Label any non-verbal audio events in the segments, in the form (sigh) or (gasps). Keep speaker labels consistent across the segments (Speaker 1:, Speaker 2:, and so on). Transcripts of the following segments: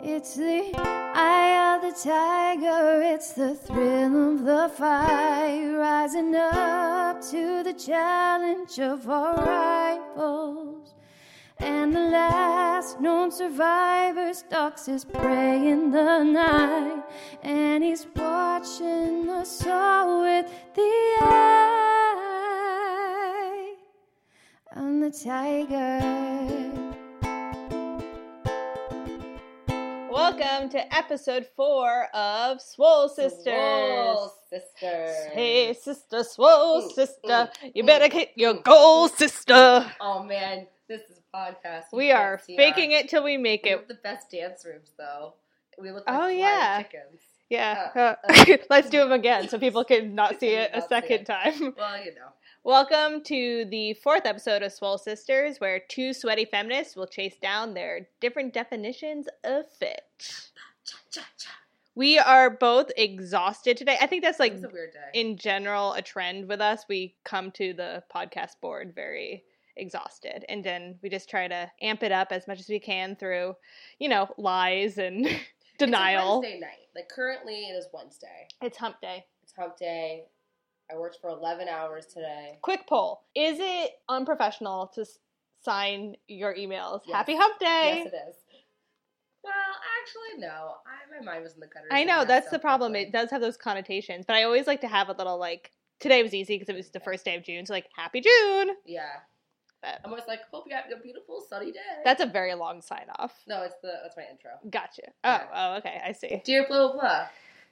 Speaker 1: It's the eye of the tiger, it's the thrill of the fight, rising up to the challenge of our rivals. And the last known survivor stalks his prey in the night, and he's watching the soul with the eye. I'm the tiger.
Speaker 2: Welcome to episode four of Swole Sisters.
Speaker 3: Swole sisters.
Speaker 2: Hey, sister, swole
Speaker 3: Mm,
Speaker 2: sister,
Speaker 3: mm,
Speaker 2: you
Speaker 3: mm.
Speaker 2: better get your goal, sister.
Speaker 3: Oh man, this is a podcast.
Speaker 2: We are faking it till we make
Speaker 3: We
Speaker 2: it.
Speaker 3: have the best dance rooms though. We look like
Speaker 2: Oh,
Speaker 3: oh,
Speaker 2: yeah.
Speaker 3: yeah. chickens.
Speaker 2: Yeah.
Speaker 3: Uh,
Speaker 2: uh, (laughs) Let's do them again so people
Speaker 3: (laughs)
Speaker 2: can not see it a
Speaker 3: Not see
Speaker 2: second
Speaker 3: it.
Speaker 2: time. (laughs)
Speaker 3: Well, you know.
Speaker 2: Welcome to the fourth episode of Swole Sisters, where two sweaty feminists will chase down their different definitions of fit.
Speaker 3: Cha cha cha.
Speaker 2: We are both exhausted today. I think that's like
Speaker 3: It was a weird day.
Speaker 2: in general a trend with us we come to the podcast board very exhausted and then we just try to amp it up as much as we can through you know lies and (laughs) denial
Speaker 3: It's a Wednesday night. Like currently, it is Wednesday.
Speaker 2: it's hump day
Speaker 3: It's Hump Day. I worked for eleven hours today.
Speaker 2: quick poll is it unprofessional to s- sign your emails
Speaker 3: Yes.
Speaker 2: happy hump day
Speaker 3: Yes, it is. Well, actually, no. I, my mind was in the gutters.
Speaker 2: I
Speaker 3: and
Speaker 2: know
Speaker 3: messed
Speaker 2: that's the
Speaker 3: up
Speaker 2: problem.
Speaker 3: quickly.
Speaker 2: It does have those connotations, but I always like to have a little like today was easy because it was the first day of June, so like happy June.
Speaker 3: Yeah,
Speaker 2: But
Speaker 3: I'm always like, hope you have a beautiful sunny day.
Speaker 2: that's a very long sign off.
Speaker 3: no, it's the that's my intro.
Speaker 2: Gotcha. Oh,
Speaker 3: Yeah.
Speaker 2: oh, okay, I see.
Speaker 3: Dear blah blah blah.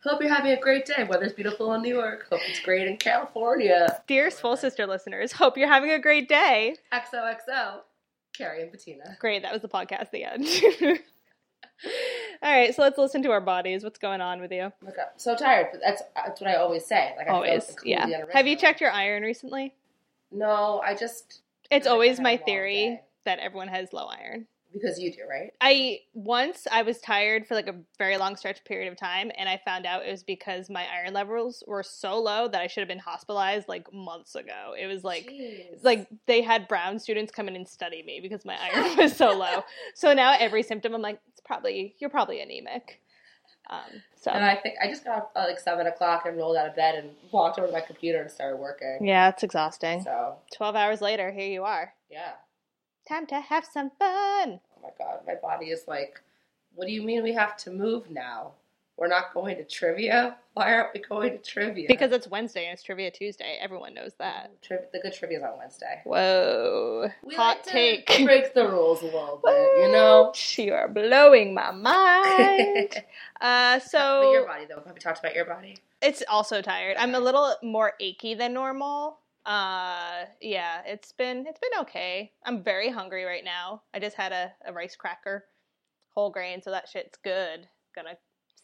Speaker 3: Hope you're having a great day. Weather's beautiful in New York. Hope it's great in California.
Speaker 2: Dear Swole Sister listeners, hope you're having a great day.
Speaker 3: XOXO, Carrie and Bettina.
Speaker 2: Great, that was the podcast, the end. (laughs) All right, so let's listen to our bodies. What's going on with you?
Speaker 3: Look up. Oh So tired, but that's that's what I always say. Like I feel
Speaker 2: Always,
Speaker 3: completely
Speaker 2: yeah.
Speaker 3: unoriginal.
Speaker 2: Have you checked your iron recently?
Speaker 3: No, I just
Speaker 2: It's
Speaker 3: I
Speaker 2: always
Speaker 3: had a
Speaker 2: my
Speaker 3: long
Speaker 2: theory
Speaker 3: day.
Speaker 2: that everyone has low iron.
Speaker 3: because you do, right?
Speaker 2: I once I was tired for like a very long stretch period of time, and I found out it was because my iron levels were so low that I should have been hospitalized like months ago. It was like
Speaker 3: Jeez.
Speaker 2: like they had brown students come in and study me because my
Speaker 3: (laughs)
Speaker 2: iron was so low. So now every symptom, I'm like, it's probably you're probably anemic. Um, so
Speaker 3: And I think I just got up at like seven o'clock and rolled out of bed and walked over to my computer and started working.
Speaker 2: yeah, it's exhausting.
Speaker 3: So
Speaker 2: Twelve hours later, here you are.
Speaker 3: yeah.
Speaker 2: Time to have some fun.
Speaker 3: Oh my god, my body is like, what do you mean we have to move now? We're not going to trivia. Why aren't we going to trivia?
Speaker 2: Because it's Wednesday and it's Trivia Tuesday. Everyone knows that.
Speaker 3: Triv- the good trivia is on Wednesday.
Speaker 2: Whoa, hot take.
Speaker 3: Break the rules a little bit,
Speaker 2: (laughs)
Speaker 3: you know.
Speaker 2: What? you are blowing
Speaker 3: (laughs)
Speaker 2: my mind. uh,
Speaker 3: but your
Speaker 2: so
Speaker 3: body, though. Have we talked about your body?
Speaker 2: It's also tired. I'm a little more achy than normal. Uh yeah, it's been it's been okay. I'm very hungry right now. I just had a, a rice cracker, whole grain, so that shit's good. Gonna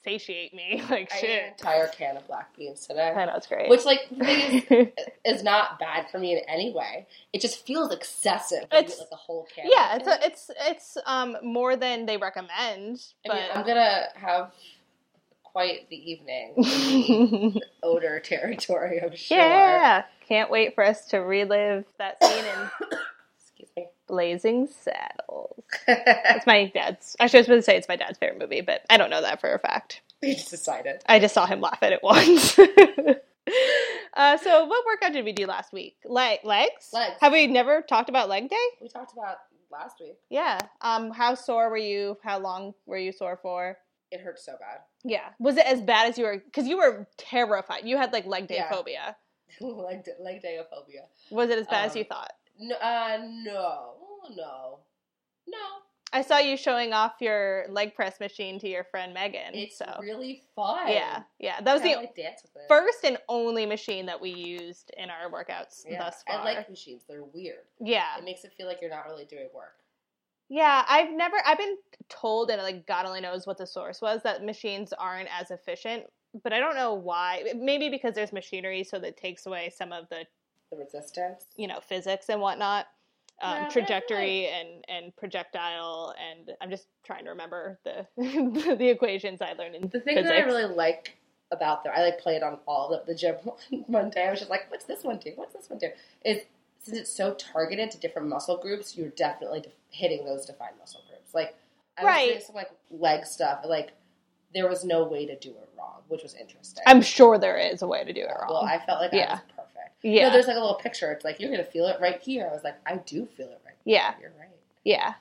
Speaker 2: satiate me (laughs) like
Speaker 3: I ate an
Speaker 2: shit.
Speaker 3: entire can of black beans
Speaker 2: I
Speaker 3: today,
Speaker 2: know it's great. (laughs)
Speaker 3: which, like, (laughs) the thing is, is not bad for me in any way. It just feels excessive. when you
Speaker 2: It's-
Speaker 3: eat, like a whole can.
Speaker 2: yeah,
Speaker 3: of
Speaker 2: it's
Speaker 3: it.
Speaker 2: a, it's it's um more than they recommend,
Speaker 3: I mean, I'm
Speaker 2: but
Speaker 3: gonna have quite the evening
Speaker 2: (laughs)
Speaker 3: odor territory. I'm sure.
Speaker 2: yeah, can't wait for us to relive that scene (coughs) in
Speaker 3: Excuse me.
Speaker 2: Blazing Saddles. It's my dad's. Actually, I was going to say it's my dad's favorite movie, but I don't know that for a fact.
Speaker 3: (laughs) we just decided.
Speaker 2: I just saw him laugh at it (laughs) once. uh, so, what workout did we do last week? Leg legs.
Speaker 3: Legs.
Speaker 2: Have we never talked about leg day?
Speaker 3: We talked about last week.
Speaker 2: Yeah. Um, how sore were you? How long were you sore for?
Speaker 3: It hurt so bad. (laughs)
Speaker 2: Yeah. Was it as bad as you were? Because you were terrified. You had like leg day
Speaker 3: Yeah.
Speaker 2: phobia.
Speaker 3: leg, leg dayophobia.
Speaker 2: Was it as bad as
Speaker 3: Um,
Speaker 2: you thought?
Speaker 3: No, uh, no, no, no.
Speaker 2: I saw you showing off your leg press machine to your friend Megan.
Speaker 3: It's
Speaker 2: so
Speaker 3: really fun.
Speaker 2: yeah, yeah. That was
Speaker 3: I
Speaker 2: the
Speaker 3: like dance with it.
Speaker 2: first and only machine that we used in our workouts
Speaker 3: Yeah,
Speaker 2: thus far.
Speaker 3: I like machines. They're weird.
Speaker 2: yeah.
Speaker 3: It makes it feel like you're not really doing work.
Speaker 2: Yeah, I've never I've been told and like God only knows what the source was that machines aren't as efficient, but I don't know why. Maybe because there's machinery so that takes away some of the,
Speaker 3: The resistance.
Speaker 2: you know, physics and whatnot. Um,
Speaker 3: Yeah, but I feel
Speaker 2: trajectory and, and projectile and I'm just trying to remember the (laughs) the equations I learned in
Speaker 3: The thing
Speaker 2: physics.
Speaker 3: that I really like about them, I like played on all the, the gym (laughs) one day. I was just like, what's this one do? What's this one do? Is since it's so targeted to different muscle groups, you're definitely def- hitting those defined muscle groups. Like I was
Speaker 2: Right.
Speaker 3: doing some like leg stuff. Like there was no way to do it wrong, which was interesting.
Speaker 2: I'm sure there is a way to do it wrong.
Speaker 3: Well, I felt like I
Speaker 2: Yeah.
Speaker 3: was perfect.
Speaker 2: yeah,
Speaker 3: No, there's like a little picture. It's like you're gonna feel it right here. I was like, I do feel it right.
Speaker 2: yeah,
Speaker 3: Here. You're right.
Speaker 2: yeah.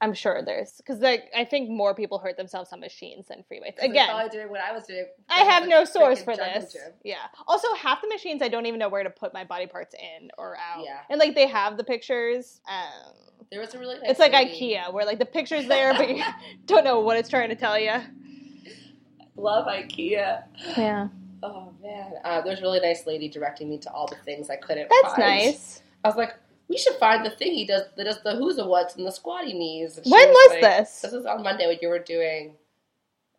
Speaker 2: I'm sure there's because like I think more people hurt themselves on machines than free weights.
Speaker 3: 'Cause it's
Speaker 2: Again,
Speaker 3: probably doing what I was doing.
Speaker 2: I have
Speaker 3: Like,
Speaker 2: no source
Speaker 3: freaking
Speaker 2: for
Speaker 3: jungle
Speaker 2: this.
Speaker 3: gym.
Speaker 2: Yeah. Also, half the machines I don't even know where to put my body parts in or out.
Speaker 3: Yeah.
Speaker 2: And like they have the pictures. Um,
Speaker 3: There was a really nice
Speaker 2: it's like
Speaker 3: lady-
Speaker 2: IKEA, where like the picture's there, but
Speaker 3: (laughs)
Speaker 2: you (laughs) don't know what it's trying to tell you.
Speaker 3: Love IKEA.
Speaker 2: Yeah,
Speaker 3: Oh man, uh, there's a really nice lady directing me to all the things I couldn't.
Speaker 2: that's
Speaker 3: find.
Speaker 2: nice.
Speaker 3: I was like, we should find the thing he does that does the who's the what's and the squatty knees. And she
Speaker 2: When was
Speaker 3: like-
Speaker 2: this?
Speaker 3: This was on Monday when you were doing.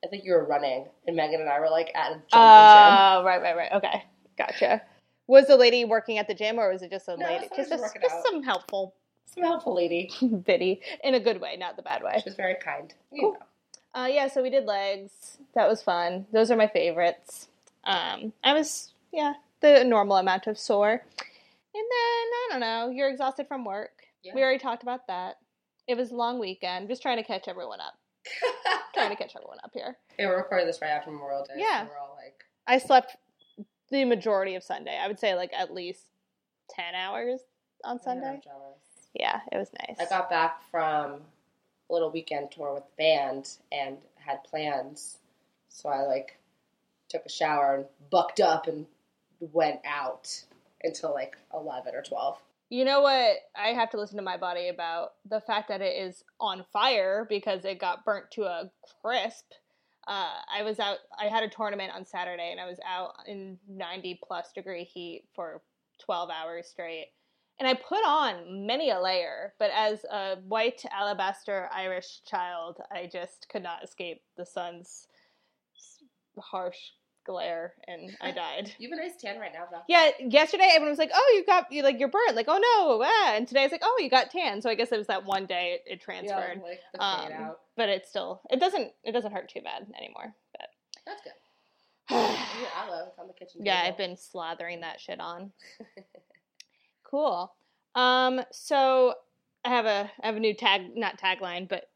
Speaker 3: I think you were running, and Megan and I were like at a
Speaker 2: Oh,
Speaker 3: jungle gym.
Speaker 2: right, right, right. Okay, gotcha. Was the lady working at the gym, or was it just a
Speaker 3: No,
Speaker 2: lady?
Speaker 3: someone
Speaker 2: Just,
Speaker 3: was
Speaker 2: just,
Speaker 3: working
Speaker 2: just
Speaker 3: out.
Speaker 2: some helpful (laughs)
Speaker 3: Some helpful lady.
Speaker 2: biddy in a good way, not the bad way.
Speaker 3: She was very kind. You
Speaker 2: Cool.
Speaker 3: know.
Speaker 2: Uh, yeah, so we did legs. That was fun. Those are my favorites. Um, I was, yeah, the normal amount of sore. And then, I don't know, you're exhausted from work.
Speaker 3: Yeah.
Speaker 2: We already talked about that. It was a long weekend. Just trying to catch everyone up. trying to catch everyone up here.
Speaker 3: Hey, we're recording this right after Memorial Day. so
Speaker 2: Yeah.
Speaker 3: we're all like,
Speaker 2: I slept the majority of Sunday. I would say like at least 10 hours on
Speaker 3: "Man, I'm
Speaker 2: Sunday.
Speaker 3: jealous."
Speaker 2: Yeah, it was nice.
Speaker 3: I got back from a little weekend tour with the band and had plans. So I like took a shower and bucked up and went out until like 11 or 12.
Speaker 2: You know what I have to listen to my body about the fact that it is on fire because it got burnt to a crisp. Uh, I was out. I had a tournament on Saturday, and I was out in ninety plus degree heat for twelve hours straight. And I put on many a layer, but as a white alabaster Irish child, I just could not escape the sun's harsh glare, and I died.
Speaker 3: You have a nice tan right now, though.
Speaker 2: Yeah, yesterday everyone was like, "Oh, you got you like you're burnt." Like, "Oh no!" Ah. And today it's like, "Oh, you got tan." So I guess it was that one day it, it
Speaker 3: Yeah,
Speaker 2: transferred,
Speaker 3: like the
Speaker 2: Um,
Speaker 3: fade out.
Speaker 2: but it's still it doesn't it doesn't hurt too bad anymore. (sighs)
Speaker 3: That's good.
Speaker 2: But
Speaker 3: And Your aloe is on the kitchen.
Speaker 2: yeah,
Speaker 3: table.
Speaker 2: I've been slathering that shit
Speaker 3: (laughs)
Speaker 2: on. cool. Um, so I have a I have a new tag not tagline but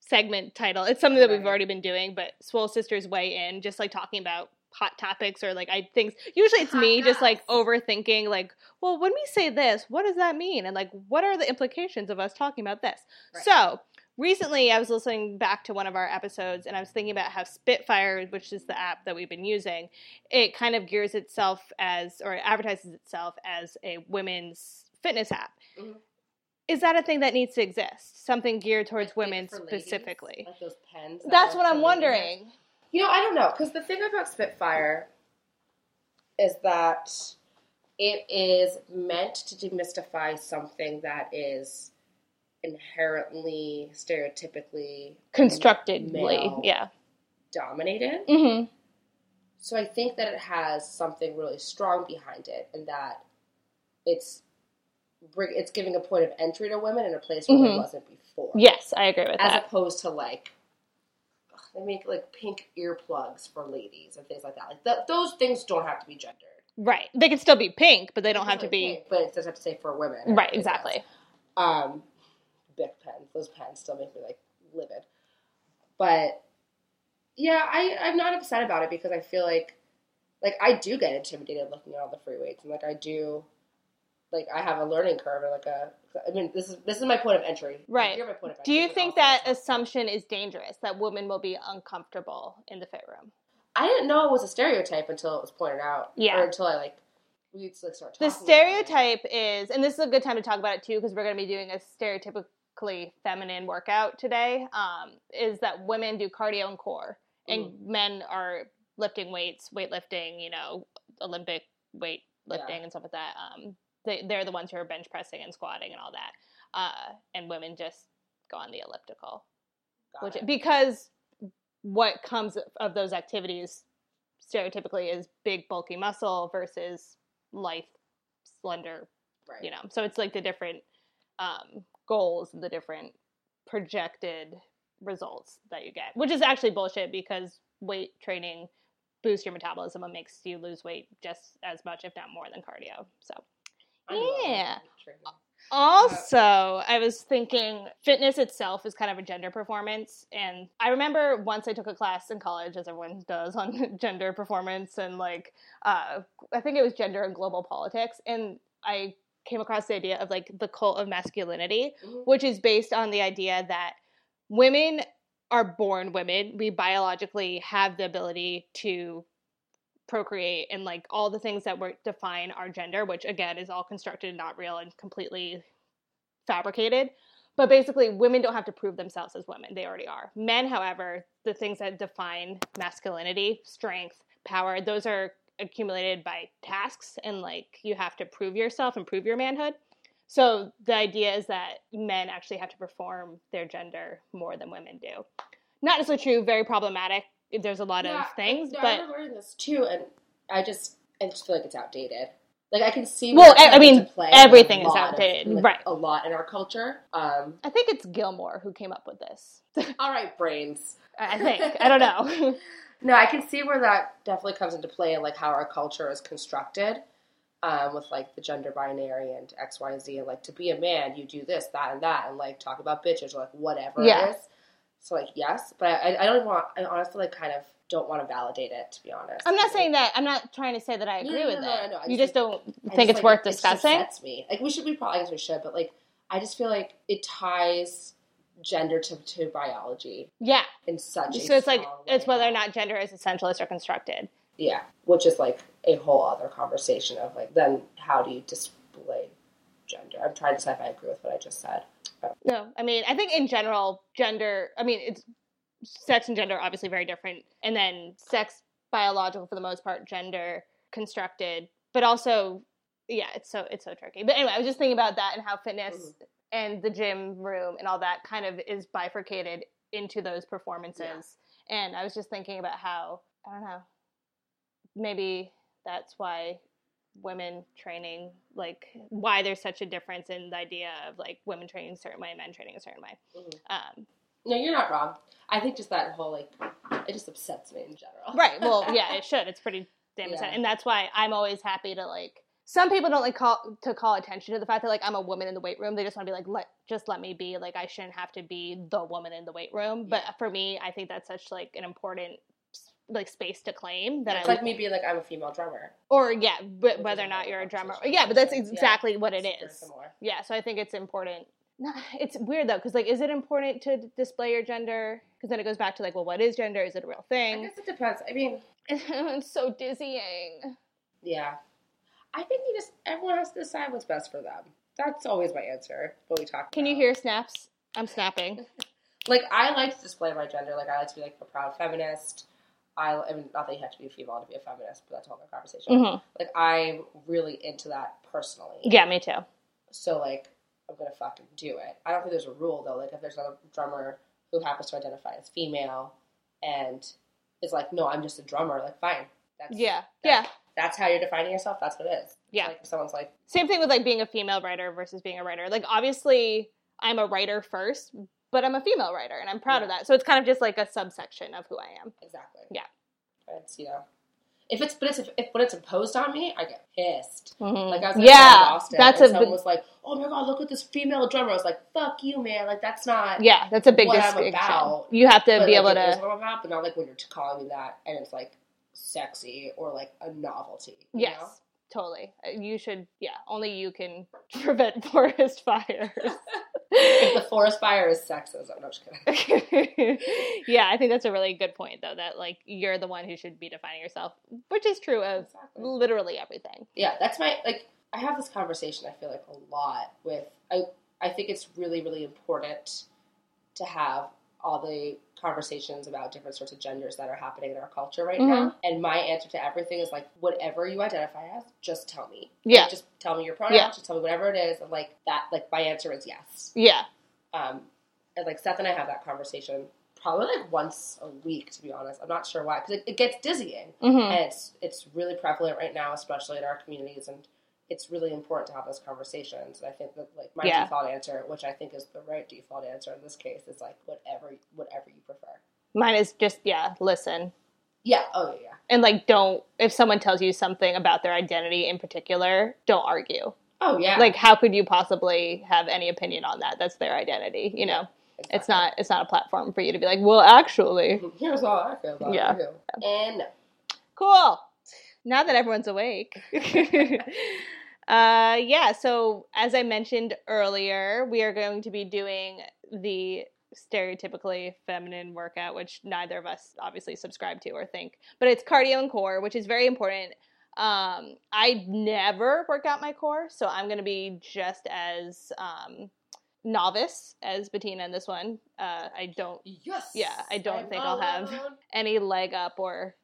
Speaker 2: segment title. It's something that we've
Speaker 3: Right.
Speaker 2: already been doing, but Swole Sisters weigh in, just like talking about hot topics or like I things. Usually it's
Speaker 3: Hot
Speaker 2: me just like
Speaker 3: goss.
Speaker 2: overthinking like, well, when we say this, what does that mean? And like what are the implications of us talking about this?
Speaker 3: Right.
Speaker 2: So recently I was listening back to one of our episodes and I was thinking about how Spitfire, which is the app that we've been using, it kind of gears itself as or advertises itself as a women's fitness app.
Speaker 3: Mhm.
Speaker 2: Is that a thing that needs to exist? Something geared towards
Speaker 3: Like,
Speaker 2: women
Speaker 3: for ladies,
Speaker 2: specifically.
Speaker 3: like those pens. that
Speaker 2: That's
Speaker 3: are
Speaker 2: what
Speaker 3: for
Speaker 2: I'm
Speaker 3: ladies.
Speaker 2: wondering.
Speaker 3: You know, I don't know because the thing about Spitfire is that it is meant to demystify something that is inherently stereotypically
Speaker 2: Constructively,
Speaker 3: Male.
Speaker 2: yeah.
Speaker 3: dominated.
Speaker 2: hmm
Speaker 3: So I think that it has something really strong behind it, and that it's bring- it's giving a point of entry to women in a place where
Speaker 2: Mhm.
Speaker 3: it wasn't before.
Speaker 2: Yes, I agree with
Speaker 3: as
Speaker 2: that.
Speaker 3: opposed to like ugh, they make like pink earplugs for ladies and things like that. Like th- those things don't have to be gendered.
Speaker 2: right. They can still be pink, but they don't have to
Speaker 3: Like
Speaker 2: be
Speaker 3: pink, but it does have to say for women. or
Speaker 2: right.
Speaker 3: anything
Speaker 2: Exactly.
Speaker 3: else. Um, big pens. Those pens still make me like livid. But yeah, I I'm not upset about it because I feel like like I do get intimidated looking at all the free weights and like I do. Like I have a learning curve, or like a. I mean, this is this is my point of entry.
Speaker 2: Right.
Speaker 3: Like, you're my point of
Speaker 2: Do
Speaker 3: entry,
Speaker 2: you
Speaker 3: but
Speaker 2: think
Speaker 3: also
Speaker 2: that
Speaker 3: it's not.
Speaker 2: assumption is dangerous? That women will be uncomfortable in the fit room?
Speaker 3: I didn't know it was a stereotype until it was pointed out.
Speaker 2: Yeah.
Speaker 3: Or until I like we like start talking.
Speaker 2: The
Speaker 3: about it.
Speaker 2: stereotype is, and this is a good time to talk about it too, because we're going to be doing a stereotypically feminine workout today. Um, is that women do cardio and core,
Speaker 3: Mm-hmm.
Speaker 2: and men are lifting weights, weightlifting, you know, Olympic weightlifting and stuff like that. Um, they, they're the ones who are bench pressing and squatting and all that, uh, and women just go on the elliptical,
Speaker 3: Got
Speaker 2: which
Speaker 3: it.
Speaker 2: because what comes of those activities stereotypically is big bulky muscle versus lithe slender
Speaker 3: right.
Speaker 2: you know so it's like the different um, goals the different projected results that you get which is actually bullshit because weight training boosts your metabolism and makes you lose weight just as much if not more than cardio so
Speaker 3: I know.
Speaker 2: yeah.
Speaker 3: True.
Speaker 2: Also, I was thinking fitness itself is kind of a gender performance. And I remember once I took a class in college, as everyone does, on (laughs) gender performance and like, uh, I think it was gender and global politics. And I came across the idea of like the cult of masculinity,
Speaker 3: Mhm.
Speaker 2: which is based on the idea that women are born women. We biologically have the ability to procreate and like all the things that were define our gender, which again is all constructed, not real, and completely fabricated. But basically, women don't have to prove themselves as women. They already are. Men, however, the things that define masculinity, strength, power, those are accumulated by tasks and like you have to prove yourself and prove your manhood. So the idea is that men actually have to perform their gender more than women do. Not necessarily true, very problematic. There's a lot
Speaker 3: Yeah,
Speaker 2: of things,
Speaker 3: No, I
Speaker 2: but
Speaker 3: remember learning this too, and I just I just feel like it's outdated. Like I can see.
Speaker 2: Well, e,
Speaker 3: where
Speaker 2: I-
Speaker 3: it
Speaker 2: I
Speaker 3: comes
Speaker 2: mean,
Speaker 3: into play in
Speaker 2: everything is
Speaker 3: a lot of-
Speaker 2: outdated,
Speaker 3: like,
Speaker 2: right.
Speaker 3: A lot in our culture. Um,
Speaker 2: I think it's Gilmore who came up with
Speaker 3: (laughs)
Speaker 2: this.
Speaker 3: all right, brains.
Speaker 2: I think. I don't know.
Speaker 3: No, I can see where that definitely comes into play, and like how our culture is constructed, um, with like the gender binary and X, Y, Z, and like to be a man, you do this, that, and that, and like talk about bitches or like whatever
Speaker 2: Yeah.
Speaker 3: it is. So like yes, but I, I don't want. I honestly like kind of don't want to validate it. To be honest,
Speaker 2: I'm not
Speaker 3: Like,
Speaker 2: saying that. I'm not trying to say that I
Speaker 3: No,
Speaker 2: agree
Speaker 3: no, no,
Speaker 2: with
Speaker 3: no,
Speaker 2: it.
Speaker 3: no, I
Speaker 2: you
Speaker 3: just
Speaker 2: just don't
Speaker 3: I
Speaker 2: think
Speaker 3: just,
Speaker 2: it's
Speaker 3: like,
Speaker 2: worth
Speaker 3: it just
Speaker 2: discussing.
Speaker 3: upsets me. Like we should, we probably I guess we should, but like I just feel like it ties gender to, to biology
Speaker 2: Yeah.
Speaker 3: in such. a
Speaker 2: So it's like
Speaker 3: strong
Speaker 2: it's
Speaker 3: way.
Speaker 2: whether or not gender is essentialist or constructed.
Speaker 3: yeah, which is like a whole other conversation of like then how do you display gender? I'm trying to decide if I agree with what I just said.
Speaker 2: No, I mean, I think in general, gender. I mean, it's sex and gender are obviously very different, and then sex biological for the most part, gender constructed, but also, yeah, it's so it's so tricky. But anyway, I was just thinking about that and how fitness and the gym room and all that kind of is bifurcated into those performances. And I was just thinking about how I don't know, maybe that's why women training like why there's such a difference in the idea of like women training a certain way men training a certain way
Speaker 3: Mhm.
Speaker 2: um,
Speaker 3: No, you're not wrong. I think just that whole like it just upsets me in general.
Speaker 2: right well (laughs) yeah it should it's pretty damn
Speaker 3: Yeah.
Speaker 2: upsetting. and that's why i'm always happy to like some people don't like call to call attention to the fact that like i'm a woman in the weight room they just want to be like let just let me be like i shouldn't have to be the woman in the weight room but for me i think that's such like an important like space to claim that
Speaker 3: It's
Speaker 2: i
Speaker 3: like me being like I'm a female drummer.
Speaker 2: or yeah
Speaker 3: is
Speaker 2: but whether
Speaker 3: a
Speaker 2: or not
Speaker 3: whole
Speaker 2: you're a drummer
Speaker 3: conversation.
Speaker 2: yeah but that's
Speaker 3: Yeah.
Speaker 2: exactly what it
Speaker 3: Super
Speaker 2: is
Speaker 3: similar.
Speaker 2: Yeah, so I think it's important. No, It's weird though, because like, is it important to d- display your gender? Because then it goes back to like, well, what is gender? Is it a real
Speaker 3: I
Speaker 2: thing?
Speaker 3: guess it depends. I mean,
Speaker 2: (laughs) it's so dizzying.
Speaker 3: Yeah. I think you just everyone has to decide what's best for them. That's always my answer when we talk.
Speaker 2: Can you
Speaker 3: about-
Speaker 2: hear snaps? I'm (laughs) snapping.
Speaker 3: Like I like to display my gender. Like I like to be like a proud feminist. I, I mean, not that you have to be a female to be a feminist, but that's all the conversation.
Speaker 2: hmm
Speaker 3: Like I'm really into that personally.
Speaker 2: Yeah, me too.
Speaker 3: So like I'm gonna fucking do it. I don't think there's a rule though. Like if there's another drummer who happens to identify as female and is like, no, I'm just a drummer. Like fine. That's,
Speaker 2: Yeah, yeah.
Speaker 3: that's- That's how you're defining yourself. That's what it is.
Speaker 2: Yeah.
Speaker 3: Like if someone's like,
Speaker 2: Same thing with like being a female writer versus being a writer. Like, obviously, I'm a writer first, but I'm a female writer, and I'm proud of that. So it's kind of just like a subsection of who I am.
Speaker 3: Exactly.
Speaker 2: Yeah.
Speaker 3: It's you know, if it's but it's if, if when it's imposed on me, I get pissed.
Speaker 2: Mhm.
Speaker 3: Like I was yeah,
Speaker 2: yeah,
Speaker 3: Boston,
Speaker 2: that's
Speaker 3: and
Speaker 2: a
Speaker 3: someone
Speaker 2: big,
Speaker 3: was like, "Oh my god, look at this female drummer." I was like, "Fuck you, man! Like that's not
Speaker 2: yeah, that's a big
Speaker 3: what I'm
Speaker 2: distinction.
Speaker 3: about,
Speaker 2: You have to
Speaker 3: but,
Speaker 2: be
Speaker 3: like,
Speaker 2: able
Speaker 3: it is
Speaker 2: to.
Speaker 3: what I'm about, but not like when you're calling me that and it's like sexy or like a novelty. you
Speaker 2: Yes,
Speaker 3: know?
Speaker 2: totally. Uh, You should, yeah, only you can (laughs) prevent forest fires. (laughs)
Speaker 3: (laughs) Like, the forest fire is sexism. No, I'm just kidding.
Speaker 2: yeah, I think that's a really good point, though, that like you're the one who should be defining yourself, which is true of
Speaker 3: Exactly.
Speaker 2: literally everything.
Speaker 3: yeah that's my like i have this conversation i feel like a lot with i i think it's really really important to have all the conversations about different sorts of genders that are happening in our culture right
Speaker 2: Mm-hmm.
Speaker 3: now and my answer to everything is like whatever you identify as just tell me Like,
Speaker 2: Yeah.
Speaker 3: just tell me your pronouns
Speaker 2: Yeah.
Speaker 3: just tell me whatever it is and like that like my answer is yes
Speaker 2: Yeah.
Speaker 3: um and like seth and i have that conversation probably like once a week to be honest i'm not sure why because it, it gets dizzying
Speaker 2: hmm
Speaker 3: and it's it's really prevalent right now, especially in our communities, and it's really important to have those conversations. And I think that like my
Speaker 2: Yeah.
Speaker 3: default answer, which I think is the right default answer in this case, is like whatever whatever you prefer.
Speaker 2: Mine is just, yeah, listen.
Speaker 3: Yeah. Oh yeah. yeah.
Speaker 2: And like, don't, if someone tells you something about their identity in particular, don't argue.
Speaker 3: Oh yeah.
Speaker 2: Like, how could you possibly have any opinion on that? That's their identity, you know. It's not. It's not a platform for you to be like, well, actually,
Speaker 3: (laughs) Here's how I feel about
Speaker 2: Yeah.
Speaker 3: you. And no.
Speaker 2: cool. Now that everyone's awake. uh, yeah, so as I mentioned earlier, we are going to be doing the stereotypically feminine workout, which neither of us obviously subscribe to or think, but it's cardio and core, which is very important. Um, I never work out my core, so I'm going to be just as um, novice as Bettina in this one. Uh, I don't
Speaker 3: Yes.
Speaker 2: Yeah, I don't
Speaker 3: I'm
Speaker 2: think I'll have- (laughs)
Speaker 3: alone.
Speaker 2: any leg up
Speaker 3: (coughs)
Speaker 2: or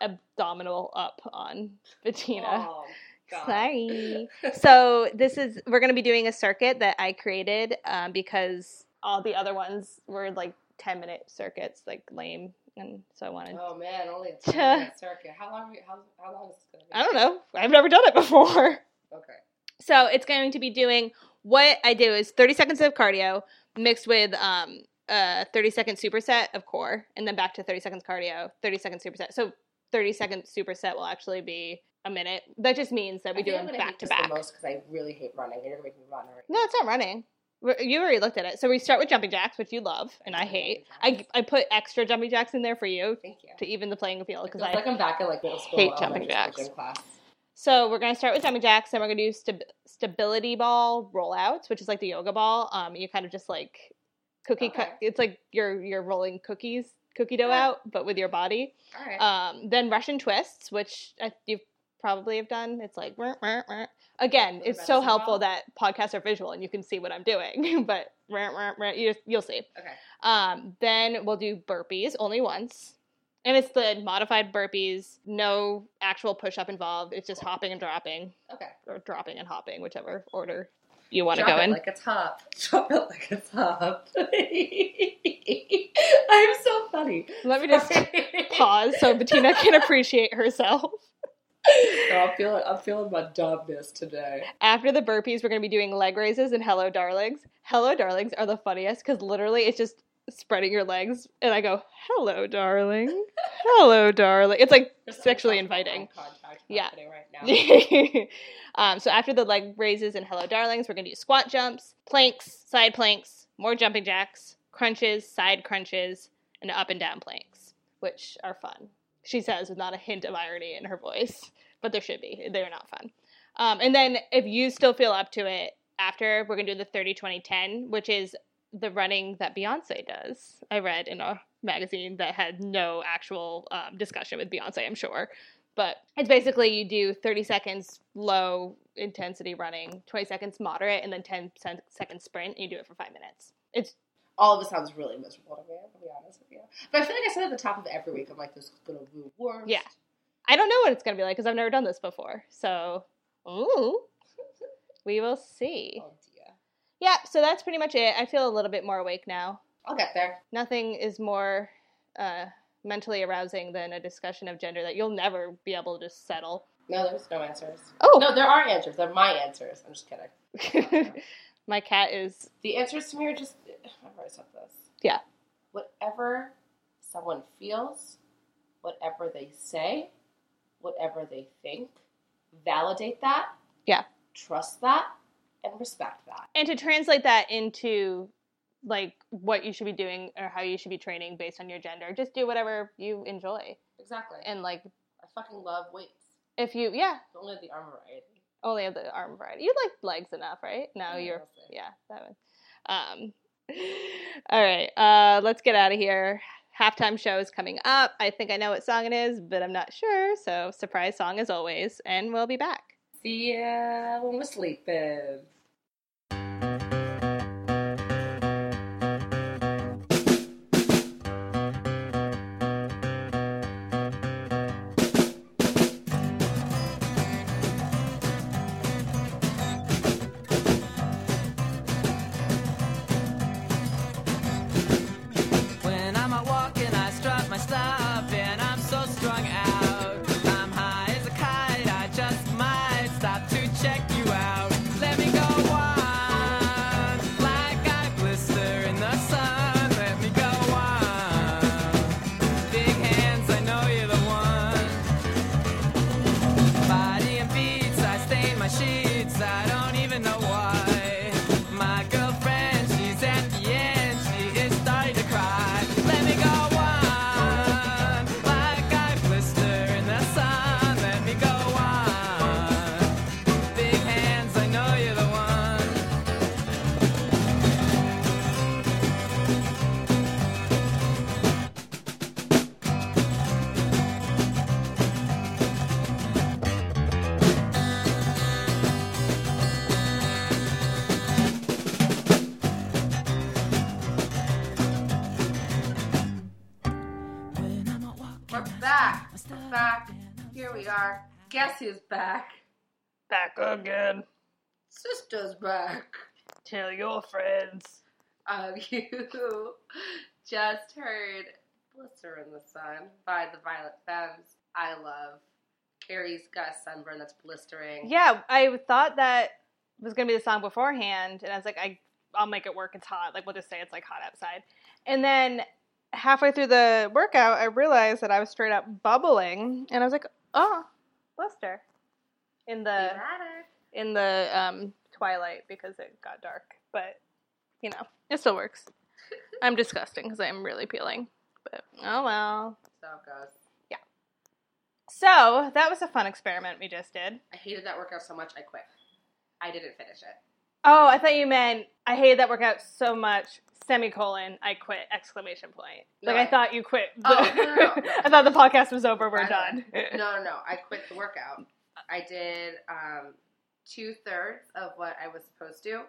Speaker 2: abdominal up on Bettina.
Speaker 3: Oh, God. (laughs)
Speaker 2: Sorry. so this is we're gonna be doing a circuit that I created um, because all the other ones were like ten minute circuits, like lame, and so I wanted.
Speaker 3: Oh
Speaker 2: (laughs)
Speaker 3: man, only a two minute circuit. How long? Are we, how, how long is this gonna be?
Speaker 2: I don't know. I've never done it before.
Speaker 3: Okay.
Speaker 2: So it's going to be doing what I do is 30 seconds of cardio mixed with um, a 30 second superset of core, and then back to 30 seconds cardio, 30 second superset. So 30 second superset will actually be a minute. That just means that we
Speaker 3: I
Speaker 2: do
Speaker 3: think I'm
Speaker 2: them
Speaker 3: gonna
Speaker 2: back
Speaker 3: hate
Speaker 2: to
Speaker 3: this
Speaker 2: back.
Speaker 3: The most because I really hate running. and You're gonna make me run. Right?
Speaker 2: No, it's not running. We're- You already looked at it. So we start with jumping jacks, which you love, and I hate. I, I put extra jumping jacks in there for you
Speaker 3: Thank you.
Speaker 2: to even the playing field
Speaker 3: It's
Speaker 2: because I
Speaker 3: like I'm back in like middle school.
Speaker 2: hate
Speaker 3: or
Speaker 2: jumping
Speaker 3: elementary
Speaker 2: jacks.
Speaker 3: school gym Class.
Speaker 2: So we're gonna start with jumping jacks, then we're gonna do stab- stability ball rollouts, which is like the yoga ball. Um, you kind of just like cookie cut.
Speaker 3: Okay.
Speaker 2: It's like you're you're rolling cookies, cookie dough
Speaker 3: Okay.
Speaker 2: out, but with your body.
Speaker 3: All right.
Speaker 2: Um, then Russian twists, which I, you probably have done. It's like "Wah, wah, wah." again,
Speaker 3: With a
Speaker 2: it's so
Speaker 3: medicine
Speaker 2: helpful
Speaker 3: ball?
Speaker 2: that podcasts are visual and you can see what I'm doing. (laughs) but "Wah, wah, wah," you, you'll see.
Speaker 3: okay.
Speaker 2: Um, then we'll do burpees only once. And it's the modified burpees, no actual push up involved. It's just hopping and dropping,
Speaker 3: Okay.
Speaker 2: or dropping and hopping, whichever order you want to
Speaker 3: Drop
Speaker 2: go
Speaker 3: it
Speaker 2: in.
Speaker 3: like a top. (laughs) Drop it like a top. (laughs) I'm so funny.
Speaker 2: Let me
Speaker 3: (laughs)
Speaker 2: just (laughs) pause so Bettina can appreciate herself.
Speaker 3: No, I'm feeling. I'm feeling my dumbness today.
Speaker 2: After the burpees, we're going to be doing leg raises and hello darlings. Hello darlings are the funniest because literally it's just spreading your legs, and I go, hello darling, hello darling. It's like
Speaker 3: There's
Speaker 2: Sexually
Speaker 3: uncomfortable
Speaker 2: inviting.
Speaker 3: eye Contact
Speaker 2: Yeah.
Speaker 3: happening Right
Speaker 2: (laughs)
Speaker 3: now.
Speaker 2: um, so after the leg raises and hello darlings, we're gonna do squat jumps, planks, side planks, more jumping jacks, crunches, side crunches, and up and down planks, which are fun. She says with not a hint of irony in her voice, but there should be. They're not fun. Um, and then if you still feel up to it after, we're gonna do the 30 20 10, which is the running that Beyonce does. I read in a magazine that had no actual um, discussion with Beyonce, I'm sure but it's basically you do 30 seconds low intensity running 20 seconds moderate and then 10 sen- second sprint and you do it for five minutes it's
Speaker 3: all of it sounds really miserable to me. I'm gonna be honest with you. But I feel like I said at the top of every week, I'm like, this is gonna be the worst.
Speaker 2: Yeah. i don't know what it's going to be like because i've never done this before so ooh, we will see
Speaker 3: Oh dear.
Speaker 2: yeah so that's pretty much it i feel a little bit more awake now
Speaker 3: I'll get there.
Speaker 2: nothing is more uh, mentally arousing than a discussion of gender that you'll never be able to just settle
Speaker 3: No, there's no answers.
Speaker 2: oh
Speaker 3: No, there are answers. They're my answers. I'm just kidding.
Speaker 2: (laughs) my cat is
Speaker 3: The answers to me are just. I've already said this.
Speaker 2: Yeah.
Speaker 3: Whatever someone feels, whatever they say, whatever they think, validate that.
Speaker 2: Yeah.
Speaker 3: Trust that and respect that.
Speaker 2: and to translate that into like what you should be doing or how you should be training based on your gender just do whatever you enjoy
Speaker 3: Exactly.
Speaker 2: and like
Speaker 3: I fucking love weights.
Speaker 2: if you yeah
Speaker 3: Only the arm variety.
Speaker 2: only have the arm variety you like legs enough right now you're
Speaker 3: Honestly.
Speaker 2: yeah that one um (laughs) all right uh let's get out of here halftime show is coming up i think i know what song it is but i'm not sure so surprise song as always and we'll be back
Speaker 3: See ya when we're sleeping.
Speaker 4: When I'm out walking, I strut my stuff, and I'm so strung out. I'm high as a kite, I just might stop to check you out. Let me go
Speaker 3: We're back. We're back. Here we are. Guess who's back?
Speaker 2: Back again.
Speaker 3: Sister's back.
Speaker 2: Tell your friends.
Speaker 3: Um, (laughs) you just heard Blister in the Sun by the Violet Femmes. I love Carrie's got a sunburn that's blistering.
Speaker 2: Yeah, I thought that was gonna be the song beforehand, and I was like, I, I'll make it work. It's hot. Like we'll just say it's like hot outside. And then halfway through the workout, I realized that I was straight up bubbling, and I was like, oh, blister. In the
Speaker 3: Erratic.
Speaker 2: in the um, twilight because it got dark, but you know it still works. I'm disgusting because I'm really peeling, but oh well.
Speaker 3: So it goes.
Speaker 2: So that was a fun experiment we just did.
Speaker 3: I hated that workout so much I quit. I didn't finish (laughs) it.
Speaker 2: Oh, I thought you meant I hated that workout so much. Semicolon, I quit! Exclamation point.
Speaker 3: No,
Speaker 2: Like
Speaker 3: I-
Speaker 2: I thought you quit.
Speaker 3: Oh, no, no, no.
Speaker 2: (laughs) I thought the podcast was over. We're
Speaker 3: I
Speaker 2: done. (laughs)
Speaker 3: don't- No, no, no. I quit the workout. I did um, two thirds of what I was supposed to,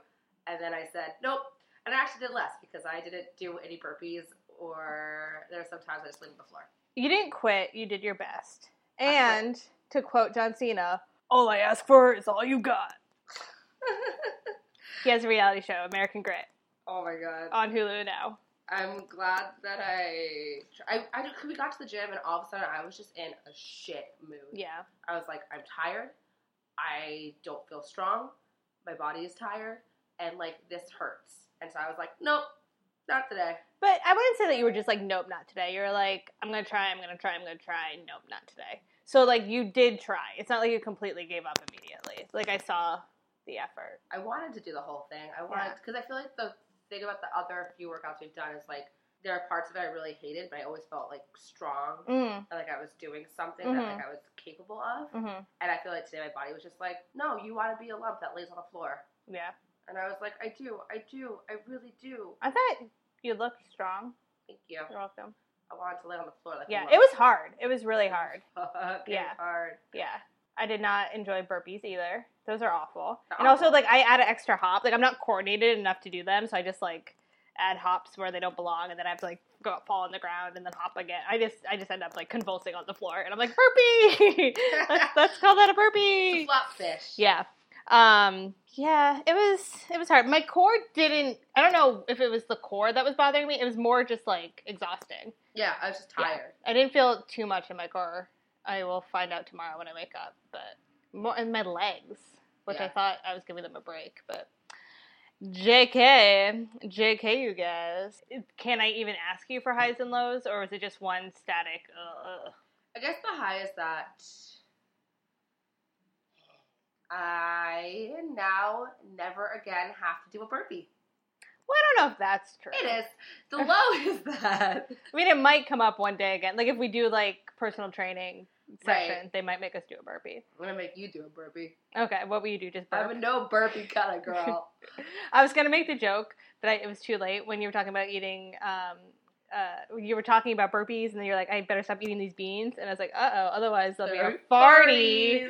Speaker 3: and then I said nope. And I actually did less because I didn't do any burpees, or there are some times I just leave on the floor.
Speaker 2: You didn't quit. You did your best. And to quote John Cena, "All I ask for is all you
Speaker 3: (laughs)
Speaker 2: got." He has a reality show, American Grit,
Speaker 3: oh my god.
Speaker 2: on Hulu now.
Speaker 3: I'm glad that I, I, I don't- we got to the gym and all of a sudden I was just in a shit mood.
Speaker 2: Yeah.
Speaker 3: I was like, I'm tired. I don't feel strong. My body is tired, and like this hurts. And so I was like, nope, not today.
Speaker 2: But I wouldn't say that you were just like, nope, not today. You're like, I'm gonna try, I'm gonna try, I'm gonna try, nope, not today. So like you did try. It's not like you completely gave up immediately. Like I saw the effort.
Speaker 3: I wanted to do the whole thing. I wanted because I feel like the thing about the other few workouts we've done is like there are parts of it I really hated, but I always felt like strong
Speaker 2: Mm,
Speaker 3: and like I was doing something
Speaker 2: Mhm.
Speaker 3: that like I was capable of.
Speaker 2: mm-hmm.
Speaker 3: And I feel like today my body was just like, no, you want to be a lump that lays on the floor.
Speaker 2: Yeah.
Speaker 3: And I was like, I do, I do, I really do.
Speaker 2: I thought you looked strong.
Speaker 3: Thank you.
Speaker 2: You're welcome.
Speaker 3: I wanted to lay on the floor like a
Speaker 2: Yeah.
Speaker 3: lump.
Speaker 2: It was hard. It was really hard.
Speaker 3: Fucking
Speaker 2: Yeah.
Speaker 3: hard.
Speaker 2: Yeah. I did not enjoy burpees either. Those are awful.
Speaker 3: They're
Speaker 2: And also,
Speaker 3: awful.
Speaker 2: like, I add an extra hop. Like, I'm not coordinated enough to do them, so I just like add hops where they don't belong, and then I have to like go fall on the ground and then hop again. I just, I just end up like convulsing on the floor, and I'm like burpee. let's, let's call that a burpee.
Speaker 3: Flopfish.
Speaker 2: Yeah. Um. Yeah. It was. It was hard. My core didn't. I don't know if it was the core that was bothering me. It was more just like exhausting.
Speaker 3: Yeah, I was just
Speaker 2: Yeah.
Speaker 3: tired.
Speaker 2: I didn't feel too much in my core. I will find out tomorrow when I wake up, but more in my legs, which I
Speaker 3: Yeah.
Speaker 2: thought I was giving them a break, but JK, JK, you guys. Can I even ask you for highs and lows, or was it just one static? uh, Ugh.
Speaker 3: I guess the high is that I now never again have to do a burpee.
Speaker 2: Well, I don't know if that's true.
Speaker 3: It is.
Speaker 2: (laughs)
Speaker 3: The low is that.
Speaker 2: I mean, it might come up one day again. Like if we do like personal training
Speaker 3: Right.
Speaker 2: session, they might make us do a burpee.
Speaker 3: I'm going to make you do a burpee.
Speaker 2: Okay, what will you do? Just burp?
Speaker 3: I'm a no burpee kind of girl.
Speaker 2: I was gonna make the joke, but I, it was too late when you were talking about eating. Um, uh, you were talking about burpees, and then you're like, "I better stop eating these beans," and I was like, "Uh oh, otherwise they'll be a
Speaker 3: They're
Speaker 2: farty."
Speaker 3: Ew,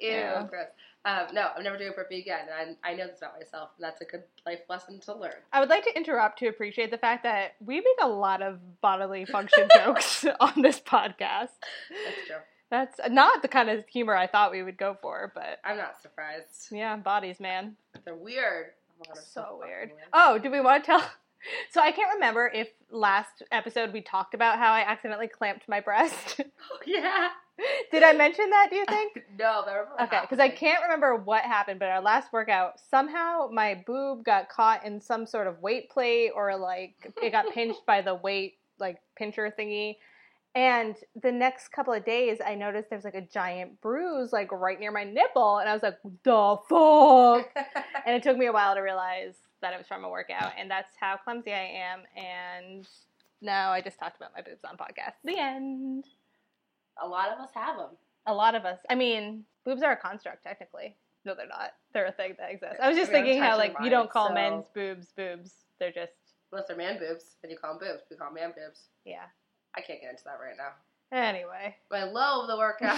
Speaker 2: Yeah.
Speaker 3: gross. Um, no, I'm never doing a burpee again. And I, I know this about myself. and That's a good life lesson to learn.
Speaker 2: I would like to interrupt to appreciate the fact that we make a lot of bodily function jokes (laughs) on this podcast.
Speaker 3: That's true.
Speaker 2: That's not the kind of humor I thought we would go for, but
Speaker 3: I'm not surprised.
Speaker 2: yeah, bodies, man.
Speaker 3: They're weird. Oh my God, I'm
Speaker 2: so
Speaker 3: fucking
Speaker 2: weird. Oh, do we want to tell? (laughs) So I can't remember if last episode we talked about how I accidentally clamped my breast.
Speaker 3: Oh, (laughs) yeah.
Speaker 2: Did I mention that? Do you think?
Speaker 3: No, that remember
Speaker 2: Okay, because I can't remember what happened, but our last workout somehow my boob got caught in some sort of weight plate or like it got pinched by the weight like pincher thingy. And the next couple of days, I noticed there was like a giant bruise like right near my nipple, and I was like, "The fuck."
Speaker 3: (laughs)
Speaker 2: (laughs) and it took me a while to realize that it was from a workout, and that's how clumsy I am. And now I just talked about my boobs on podcast. The end.
Speaker 3: a lot of us have them.
Speaker 2: A lot of us. I mean, boobs are a construct technically. No, they're not. They're a thing that exists. I was just
Speaker 3: I mean, I'm
Speaker 2: thinking how
Speaker 3: touching
Speaker 2: like you don't
Speaker 3: mine,
Speaker 2: call
Speaker 3: so-
Speaker 2: men's boobs boobs. They're just
Speaker 3: Unless they're man boobs, then you call them boobs. We call 'em man boobs.
Speaker 2: yeah.
Speaker 3: I can't get into that right now.
Speaker 2: Anyway, (laughs)
Speaker 3: (laughs) But I love the workout.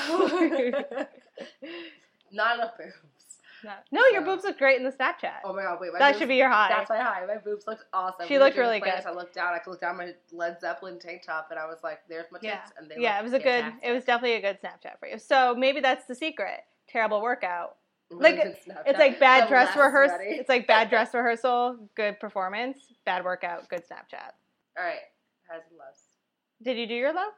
Speaker 3: Not enough boobs.
Speaker 2: Not- no, your
Speaker 3: So-
Speaker 2: boobs look great in the Snapchat.
Speaker 3: Oh my god, wait, my
Speaker 2: that
Speaker 3: boobs,
Speaker 2: should be your high.
Speaker 3: That's my high. My boobs looked awesome.
Speaker 2: She
Speaker 3: were
Speaker 2: looked
Speaker 3: doing
Speaker 2: really
Speaker 3: planks.
Speaker 2: good.
Speaker 3: I looked down. I looked down my Led Zeppelin tank top, and I was like, "There's my tits."
Speaker 2: Yeah.
Speaker 3: And they
Speaker 2: yeah, it was a good. It was definitely a good Snapchat for you. So maybe that's the secret. Terrible workout. like, It's like bad dress rehearsal. It's like bad dress rehearsal. Good performance. Bad workout. Good Snapchat.
Speaker 3: All right, has and loves.
Speaker 2: Did you do your love?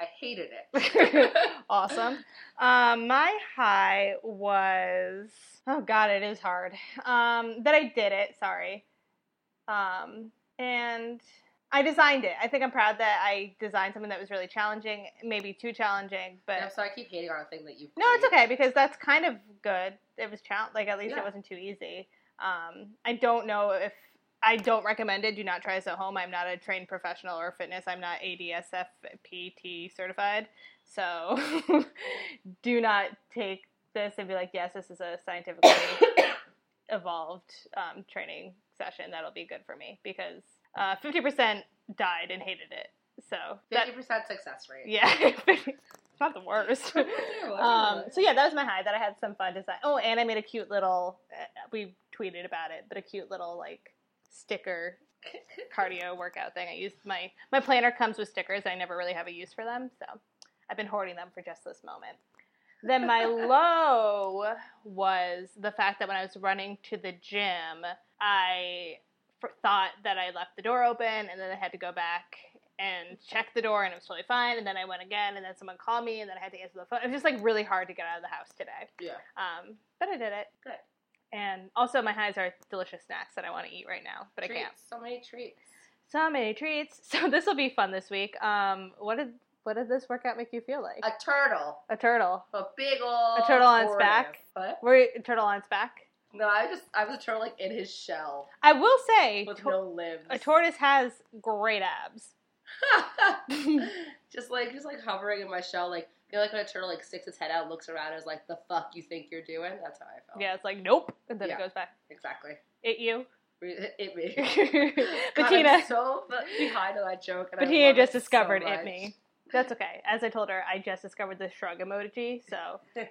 Speaker 3: I hated (laughs)
Speaker 2: (laughs)
Speaker 3: it.
Speaker 2: awesome. Um, my high was oh god, it is hard. Um, that I did it. Sorry. Um, and I designed it. I think I'm proud that I designed something that was really challenging, maybe too challenging, but
Speaker 3: I'm sorry, I keep hating on a thing that you.
Speaker 2: no, it's
Speaker 3: created.
Speaker 2: okay because that's kind of good. It was challenge, like at least
Speaker 3: Yeah.
Speaker 2: it wasn't too easy. Um, I don't know if I don't recommend it. Do not try this at home. I'm not a trained professional or fitness. I'm not ADSFPT certified, so (laughs) do not take this and be like, yes, this is a scientifically (coughs) evolved um, training session. That'll be good for me because uh, fifty percent died and hated it. So that,
Speaker 3: Fifty percent success rate.
Speaker 2: yeah, (laughs) it's not the worst. Um, so yeah, that was my high. That I had some fun design. Oh, and I made a cute little. Uh, we tweeted about it, but a cute little like sticker cardio workout thing. I used my my planner comes with stickers. I never really have a use for them, so I've been hoarding them for just this moment. Then my low was the fact that when I was running to the gym, I f- thought that I left the door open, and then I had to go back and check the door, and it was totally fine. And then I went again, and then someone called me, and then I had to answer the phone. It was just like really hard to get out of the house today.
Speaker 3: yeah.
Speaker 2: Um, but I did it.
Speaker 3: Good.
Speaker 2: And also, my highs are delicious snacks that I want to eat right now, but I can't.
Speaker 3: Treats. So many treats.
Speaker 2: So many treats. (laughs) So this will be fun this week. Um, what did what did this workout make you feel like?
Speaker 3: A turtle.
Speaker 2: A turtle.
Speaker 3: A big old.
Speaker 2: turtle on its
Speaker 3: tortoise.
Speaker 2: back.
Speaker 3: What?
Speaker 2: Were you, turtle on its back?
Speaker 3: No, I just I was a turtle like in his shell
Speaker 2: I will say,
Speaker 3: with
Speaker 2: tor-
Speaker 3: no limbs.
Speaker 2: a tortoise has great abs.
Speaker 3: (laughs) just like just like hovering in my shell, like you know, like when a turtle like sticks its head out, looks around, and is like, "The fuck you think you're doing?" That's how I felt.
Speaker 2: Yeah, it's like nope, and then
Speaker 3: Oh. Yeah.
Speaker 2: it goes back.
Speaker 3: exactly.
Speaker 2: It you,
Speaker 3: It
Speaker 2: (laughs)
Speaker 3: me. (laughs) God,
Speaker 2: Bettina.
Speaker 3: I'm so be- behind on that joke. And I
Speaker 2: Bettina
Speaker 3: love
Speaker 2: just
Speaker 3: it so
Speaker 2: discovered it
Speaker 3: much. (laughs)
Speaker 2: me. That's okay. As I told her, I just discovered the shrug emoji.
Speaker 3: (laughs)
Speaker 2: So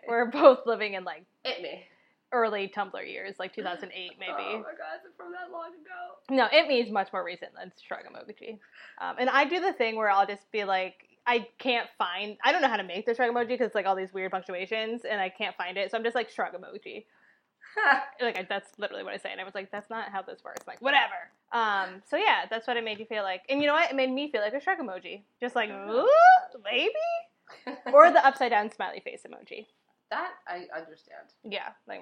Speaker 2: we're both living in like
Speaker 3: it me.
Speaker 2: early Tumblr years, like
Speaker 3: (laughs)
Speaker 2: 2008 maybe.
Speaker 3: Oh my god, is it from that long ago? (laughs)
Speaker 2: No, it means much more recent than shrug emoji. Um, and I do the thing where I'll just be like, I can't find, I don't know how to make the shrug emoji because like all these weird punctuations and I can't find it. So I'm just like shrug emoji. Like I, that's literally what I say. And I was like, that's not how this works. I'm like, whatever. Um, so yeah, that's what it made you feel like. And you know what? It made me feel like a shrug emoji. Just like,
Speaker 3: Mm-hmm.
Speaker 2: ooh, baby.
Speaker 3: (laughs)
Speaker 2: Or the upside down smiley face emoji.
Speaker 3: that I understand.
Speaker 2: Yeah. Like,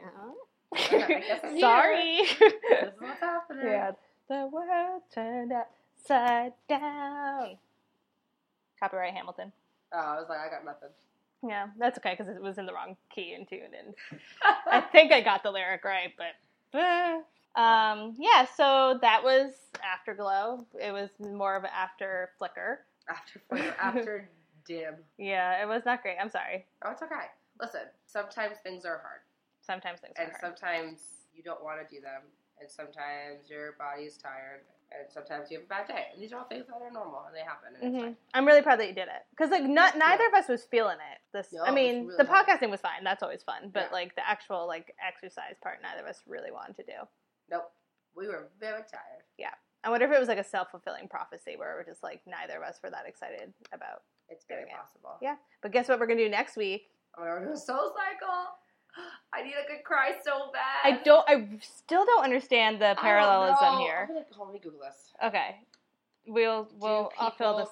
Speaker 3: Okay, Mm-hmm. I guess
Speaker 2: (laughs)
Speaker 3: I'm here. (laughs)
Speaker 2: sorry.
Speaker 3: This is what's
Speaker 2: (laughs)
Speaker 3: happening.
Speaker 2: Yeah, the world turned upside down. Copyright Hamilton.
Speaker 3: Oh, I was like, I got nothing.
Speaker 2: Yeah, that's okay because it was in the wrong key and tune, and I think I got the lyric right, but eh. um, yeah. So that was Afterglow. It was more of an after flicker.
Speaker 3: (laughs) after fire,
Speaker 2: (laughs)
Speaker 3: after dim.
Speaker 2: Yeah, it was not great. I'm sorry.
Speaker 3: Oh, it's okay. Listen, sometimes things are hard,
Speaker 2: Sometimes things
Speaker 3: and
Speaker 2: are hard.
Speaker 3: sometimes you don't want to do them, and sometimes your body is tired, and sometimes you have a bad day. And these are all things that are normal, and they happen. And it's
Speaker 2: Mhm. I'm really proud that you did it because like not
Speaker 3: Yeah.
Speaker 2: neither of us was feeling it. This
Speaker 3: No,
Speaker 2: I
Speaker 3: it
Speaker 2: mean
Speaker 3: was
Speaker 2: the
Speaker 3: really hard.
Speaker 2: podcasting was fine. That's always fun, but
Speaker 3: Yeah.
Speaker 2: like the actual like exercise part, neither of us really wanted to do.
Speaker 3: Nope, we were very tired.
Speaker 2: I wonder if it was like a self fulfilling prophecy where we're just like neither of us were that excited about.
Speaker 3: It's very
Speaker 2: Doing it.
Speaker 3: possible.
Speaker 2: Yeah. But guess what we're gonna do next week?
Speaker 3: I'm gonna do a soul cycle. (gasps) I need a good cry so bad.
Speaker 2: I don't. I still don't understand the
Speaker 3: I don't
Speaker 2: parallelism
Speaker 3: know.
Speaker 2: here.
Speaker 3: I'm gonna call me Google this.
Speaker 2: Okay. We'll we'll I'll fill the
Speaker 3: people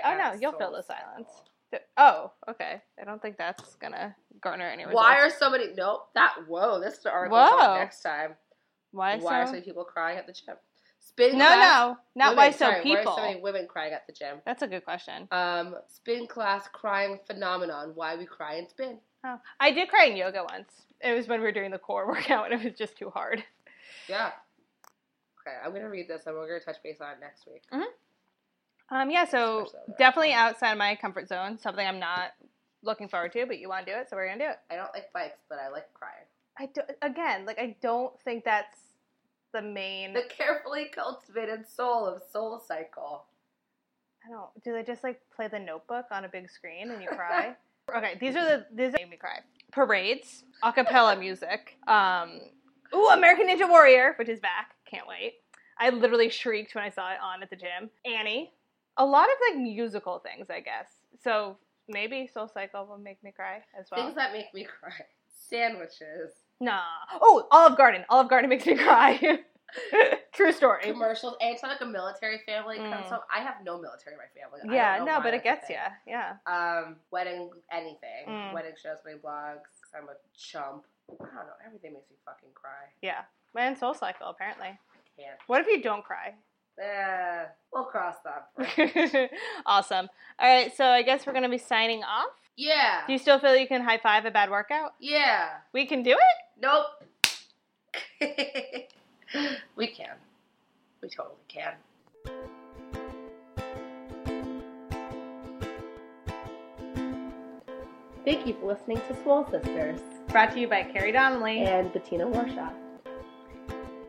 Speaker 2: silence. Oh no,
Speaker 3: at
Speaker 2: you'll fill
Speaker 3: soul
Speaker 2: the silence.
Speaker 3: cycle?
Speaker 2: Oh, okay. I don't think that's gonna garner any results.
Speaker 3: Why are so many? Nope, that whoa. This is the article
Speaker 2: Whoa.
Speaker 3: talk next time.
Speaker 2: why,
Speaker 3: Why are so
Speaker 2: so?
Speaker 3: many people crying at the gym? Spin
Speaker 2: No,
Speaker 3: class.
Speaker 2: no, not
Speaker 3: women-
Speaker 2: why so
Speaker 3: sorry,
Speaker 2: people.
Speaker 3: Why are so many women crying at the gym?
Speaker 2: That's a good question.
Speaker 3: Um, spin class crying phenomenon. Why we cry and spin.
Speaker 2: Oh. I did cry in yoga once. It was when we were doing the core (laughs) workout, and it was just too hard.
Speaker 3: Yeah. Okay, I'm gonna read this and we're gonna touch base on it next week.
Speaker 2: Mm. Um, yeah, so
Speaker 3: Especially over
Speaker 2: definitely outside my comfort zone, something I'm not looking forward to, but you want to do it, so we're gonna do it.
Speaker 3: I don't like bikes, but I like crying.
Speaker 2: I do, again, like I don't think that's the main.
Speaker 3: The carefully cultivated soul of Soul Cycle. (laughs)
Speaker 2: I don't. Do they just like play the Notebook on a big screen and you cry? Okay, these are the these made me cry. Parades, a cappella music. Um, ooh, American Ninja Warrior, which is back. Can't wait. I literally shrieked when I saw it on at the gym. Annie, a lot of like musical things, I guess. So maybe Soul Cycle will make me cry as well.
Speaker 3: Things that make me cry. Sandwiches,
Speaker 2: nah. Oh, Olive Garden. Olive Garden makes me (laughs) cry. True story.
Speaker 3: commercials, and it's not like a military family comes
Speaker 2: Mm.
Speaker 3: home. I have no military in my family. I don't
Speaker 2: yeah,
Speaker 3: know
Speaker 2: no,
Speaker 3: why
Speaker 2: but it gets
Speaker 3: that's a thing.
Speaker 2: you. Yeah.
Speaker 3: Um, wedding, anything.
Speaker 2: Mm.
Speaker 3: Wedding shows, wedding blogs. i I'm a chump. I don't know. Everything makes me fucking cry.
Speaker 2: Yeah. Man, Soul Cycle, apparently.
Speaker 3: I can't.
Speaker 2: What if you don't cry? (laughs)
Speaker 3: Uh, we'll cross that. bridge.
Speaker 2: awesome. All right, so I guess we're going to be signing off.
Speaker 3: yeah.
Speaker 2: Do you still feel you can high five a bad workout?
Speaker 3: Yeah.
Speaker 2: We can do it?
Speaker 3: Nope. (laughs) we can. We totally can. Thank you for listening to Swole Sisters
Speaker 2: Brought to you by Carrie Donnelly.
Speaker 3: and Bettina Warshaw.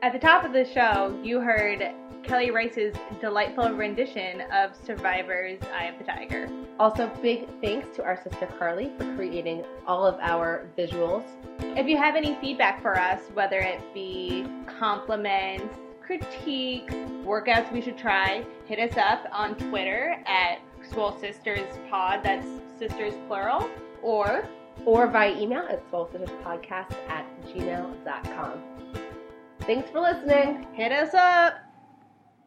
Speaker 2: At the top of the show, you heard Kelly Rice's delightful rendition of Survivor's Eye of the Tiger.
Speaker 3: Also, big thanks to our sister Carly for creating all of our visuals.
Speaker 2: If you have any feedback for us, whether it be compliments, critiques, workouts we should try, hit us up on Twitter at Swole Sisters Pod, that's sisters plural, or
Speaker 3: Or via email at swolesisterspodcast at gmail.com. Thanks for listening.
Speaker 2: hit us up